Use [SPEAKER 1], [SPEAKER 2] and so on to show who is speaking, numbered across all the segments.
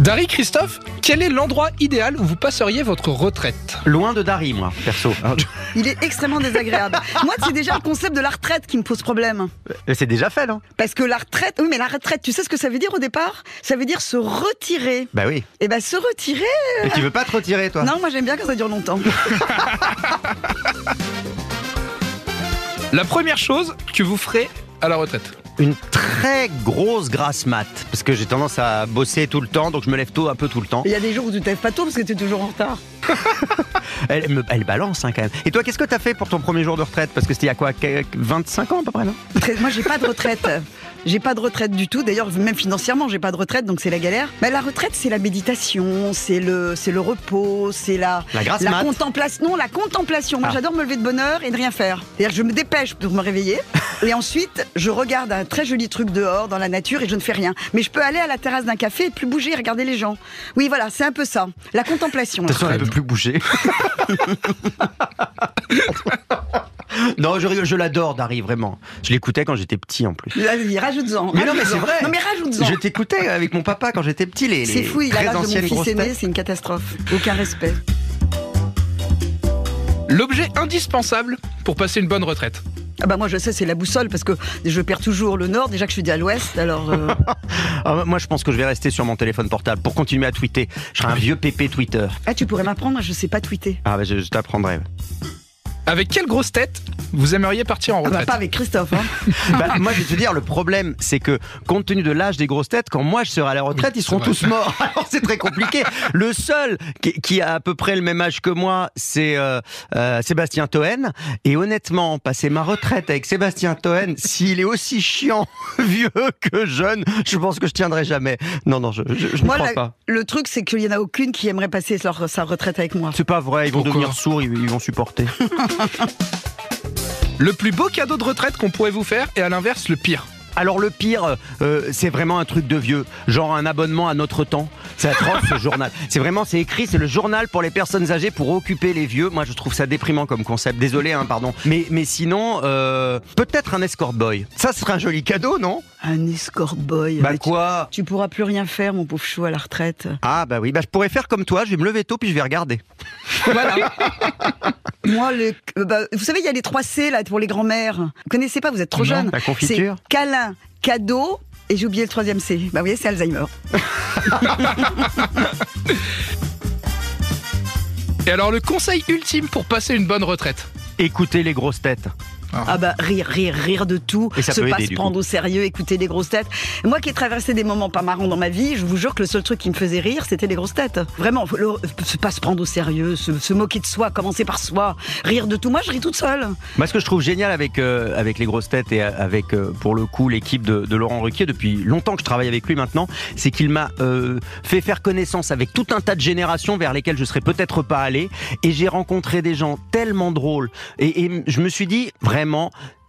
[SPEAKER 1] Dari Christophe, quel est l'endroit idéal où vous passeriez votre retraite
[SPEAKER 2] Loin de Dari, moi, perso.
[SPEAKER 3] Il est extrêmement désagréable. Moi, c'est déjà le concept de la retraite qui me pose problème.
[SPEAKER 2] Mais C'est déjà fait, non
[SPEAKER 3] Parce que la retraite, oui, mais la retraite, tu sais ce que ça veut dire au départ Ça veut dire se retirer.
[SPEAKER 2] Bah oui.
[SPEAKER 3] Et ben, se retirer.
[SPEAKER 2] Et tu veux pas te retirer, toi
[SPEAKER 3] Non, moi, j'aime bien quand ça dure longtemps.
[SPEAKER 1] La première chose que vous ferez à la retraite
[SPEAKER 2] Une très grosse grasse mat. Parce que j'ai tendance à bosser tout le temps, donc je me lève tôt un peu tout le temps.
[SPEAKER 3] Il y a des jours où tu t'aimes pas tôt parce que tu es toujours en retard.
[SPEAKER 2] Elle, me, elle balance, hein, quand même. Et toi, qu'est-ce que t'as fait pour ton premier jour de retraite Parce que c'était il y a quoi que- 25 ans, à peu près, non
[SPEAKER 3] Très- Moi, j'ai pas de retraite. J'ai pas de retraite du tout. D'ailleurs, même financièrement, j'ai pas de retraite, donc c'est la galère. Mais la retraite, c'est la méditation, c'est le, c'est le repos, c'est la,
[SPEAKER 2] La grasse
[SPEAKER 3] la
[SPEAKER 2] mat.
[SPEAKER 3] contemplation. Non, la contemplation. Moi,
[SPEAKER 2] Ah.
[SPEAKER 3] j'adore me lever de bonne heure et ne rien faire. C'est-à-dire, que je me dépêche pour me réveiller, et ensuite, je regarde un très joli truc dehors, dans la nature, et je ne fais rien. Mais je peux aller à la terrasse d'un café et plus bouger, et regarder les gens. Oui, voilà, c'est un peu ça. La contemplation.
[SPEAKER 2] De toute façon,
[SPEAKER 1] Très
[SPEAKER 2] elle peut
[SPEAKER 1] bien.
[SPEAKER 2] plus bouger. non, je rigole, je l'adore, Dari, vraiment. Je l'écoutais quand j'étais petit, en plus.
[SPEAKER 3] Vas-y, rajoute-en.
[SPEAKER 2] Mais non, mais
[SPEAKER 3] rajoute-en.
[SPEAKER 2] c'est vrai.
[SPEAKER 3] Non, mais rajoute-en.
[SPEAKER 2] Je t'écoutais avec mon papa quand j'étais petit, les,
[SPEAKER 3] C'est
[SPEAKER 2] les
[SPEAKER 3] fou, il a
[SPEAKER 2] très
[SPEAKER 3] l'âge de
[SPEAKER 2] anciennes
[SPEAKER 3] mon fils
[SPEAKER 2] grosses
[SPEAKER 3] aîné,
[SPEAKER 2] têtes.
[SPEAKER 3] c'est une catastrophe. Aucun respect.
[SPEAKER 1] L'objet indispensable pour passer une bonne retraite
[SPEAKER 3] Ah bah moi je sais, c'est la boussole parce que je perds toujours le nord, déjà que je suis à l'ouest, alors euh,
[SPEAKER 2] Ah, moi, je pense que je vais rester sur mon téléphone portable pour continuer à tweeter. Je serai un vieux pépé Twitter.
[SPEAKER 3] ah, tu pourrais m'apprendre, je sais pas tweeter.
[SPEAKER 2] Ah, bah, je, je t'apprendrai.
[SPEAKER 1] Avec quelle grosse tête vous aimeriez partir en
[SPEAKER 3] Ah bah
[SPEAKER 1] retraite
[SPEAKER 3] pas avec Christophe, hein.
[SPEAKER 2] Bah, moi, je vais te dire, le problème, c'est que compte tenu de l'âge des grosses têtes, quand moi je serai à la retraite, ils seront
[SPEAKER 1] c'est vrai.
[SPEAKER 2] tous morts. Alors, c'est très compliqué. Le seul qui, qui a à peu près le même âge que moi, c'est euh, euh, Sébastien Toen. Et honnêtement, passer ma retraite avec Sébastien Toen, s'il est aussi chiant, vieux que jeune, je pense que je tiendrai jamais. Non, non, je, je, je ne
[SPEAKER 3] Moi,
[SPEAKER 2] crois
[SPEAKER 3] la-
[SPEAKER 2] pas.
[SPEAKER 3] le truc c'est qu'il y en a aucune qui aimerait passer leur- sa retraite avec moi.
[SPEAKER 2] C'est pas vrai, ils vont
[SPEAKER 1] Pourquoi
[SPEAKER 2] devenir sourds, ils, ils vont supporter.
[SPEAKER 1] Le plus beau cadeau de retraite qu'on pourrait vous faire et à l'inverse le pire.
[SPEAKER 2] Alors le pire, euh, c'est vraiment un truc de vieux, genre un abonnement à notre temps. C'est atroce ce journal. C'est vraiment, c'est écrit, c'est le journal pour les personnes âgées pour occuper les vieux. Moi, je trouve ça déprimant comme concept. Désolé, hein, pardon. Mais mais sinon, euh, peut-être un escort boy. Ça serait un joli cadeau, non
[SPEAKER 3] Un escort boy.
[SPEAKER 2] Bah
[SPEAKER 3] mais tu-
[SPEAKER 2] quoi
[SPEAKER 3] tu, pourras plus rien faire, mon pauvre chou, à la retraite.
[SPEAKER 2] Ah bah oui, bah je pourrais faire comme toi. Je vais me lever tôt puis je vais regarder.
[SPEAKER 3] Voilà. moi, le, euh, bah, vous savez, il y a les 3 C là pour les grands-mères. Vous connaissez pas, vous êtes trop
[SPEAKER 1] Non,
[SPEAKER 3] jeune.
[SPEAKER 2] la confiture.
[SPEAKER 3] C'est câlin, cadeau. Et j'ai oublié le troisième C. Bah, vous voyez, c'est Alzheimer.
[SPEAKER 1] Et alors le conseil ultime pour passer une bonne retraite
[SPEAKER 2] Écoutez les grosses têtes.
[SPEAKER 3] Ah bah rire, rire, rire de tout,
[SPEAKER 2] Et ça
[SPEAKER 3] se
[SPEAKER 2] peut
[SPEAKER 3] pas
[SPEAKER 2] aider,
[SPEAKER 3] se
[SPEAKER 2] du
[SPEAKER 3] prendre au sérieux, écouter les grosses têtes. Moi qui ai traversé des moments pas marrants dans ma vie, je vous jure que le seul truc qui me faisait rire, c'était les grosses têtes. Vraiment, le- se pas se prendre au sérieux, se, se moquer de soi, commencer par soi, rire de tout. Moi, je ris toute seule.
[SPEAKER 2] Moi, ce que je trouve génial avec, euh, avec les grosses têtes et euh, avec, euh, pour le coup, l'équipe de, de Laurent Ruquier, depuis longtemps que je travaille avec lui maintenant, c'est qu'il m'a euh, fait faire connaissance avec tout un tas de générations vers lesquelles je serais peut-être pas allé. Et j'ai rencontré des gens tellement drôles. Et, et je me suis dit, vraiment,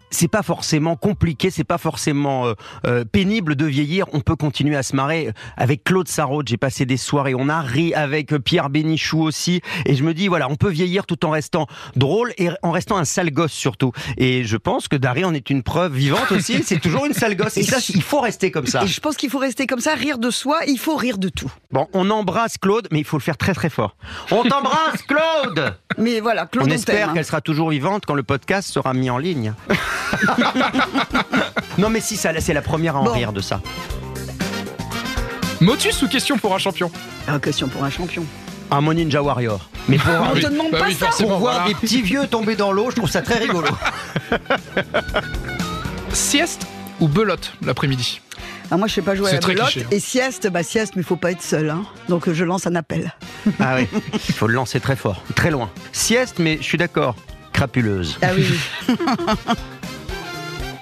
[SPEAKER 2] c'est pas forcément compliqué, c'est pas forcément euh, euh, pénible de vieillir. On peut continuer à se marrer. euh, Avec Claude Sarraute, j'ai passé des soirées. On a ri avec euh, Pierre Bénichou aussi. Et je me dis, voilà, on peut vieillir tout en restant drôle et en restant un sale gosse surtout. Et je pense que Dari en est une preuve vivante aussi. c'est toujours une sale gosse. Et ça, il faut rester comme ça.
[SPEAKER 3] Et je pense qu'il faut rester comme ça, rire de soi, il faut rire de tout.
[SPEAKER 2] Bon, on embrasse Claude, mais il faut le faire très très fort. On t'embrasse, Claude
[SPEAKER 3] Mais voilà, Claude,
[SPEAKER 2] On
[SPEAKER 3] on
[SPEAKER 2] espère
[SPEAKER 3] t'aime, hein.
[SPEAKER 2] qu'elle sera toujours vivante quand le podcast sera mis en ligne. non, mais si, ça, c'est la première à en
[SPEAKER 3] Bon.
[SPEAKER 2] rire de ça.
[SPEAKER 1] Motus ou question pour un champion
[SPEAKER 3] Ah, question pour un champion.
[SPEAKER 2] Un Mon Ninja Warrior. Mais pour,
[SPEAKER 3] Ah, On
[SPEAKER 1] oui.
[SPEAKER 3] te demande
[SPEAKER 1] Bah
[SPEAKER 3] pas
[SPEAKER 1] oui,
[SPEAKER 3] ça.
[SPEAKER 1] forcément.
[SPEAKER 2] pour voir
[SPEAKER 1] voilà.
[SPEAKER 2] des petits vieux tomber dans l'eau, je trouve ça très rigolo.
[SPEAKER 1] Sieste ou belote l'après-midi
[SPEAKER 3] Ah, moi, je sais pas jouer à
[SPEAKER 1] C'est
[SPEAKER 3] la
[SPEAKER 1] très
[SPEAKER 3] belote.
[SPEAKER 1] cliché, hein.
[SPEAKER 3] Et sieste, bah sieste, mais il faut pas être seul. hein. Donc, euh, je lance un appel.
[SPEAKER 2] ah oui, il faut le lancer très fort, très loin. Sieste, mais je suis d'accord, crapuleuse.
[SPEAKER 3] Ah oui.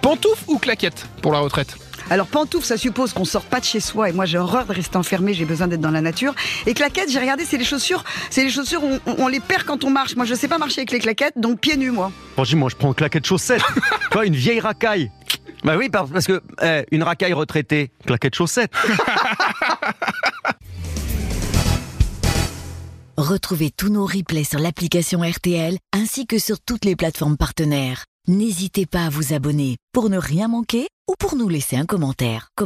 [SPEAKER 1] Pantoufle ou claquette pour la retraite
[SPEAKER 3] Alors pantoufle, ça suppose qu'on sorte pas de chez soi. Et moi, j'ai horreur de rester enfermé. J'ai besoin d'être dans la nature. Et claquettes, j'ai regardé, c'est les chaussures. C'est les chaussures. On, on- on les perd quand on marche. Moi, je sais pas marcher avec les claquettes, donc pieds nus, moi.
[SPEAKER 2] Franchement, moi, je prends une claquette chaussette. tu vois, une vieille racaille. Bah oui, par- parce que eh, une racaille retraitée, claquette chaussette.
[SPEAKER 4] Retrouvez tous nos replays sur l'application RTL ainsi que sur toutes les plateformes partenaires. N'hésitez pas à vous abonner pour ne rien manquer ou pour nous laisser un commentaire. Comment-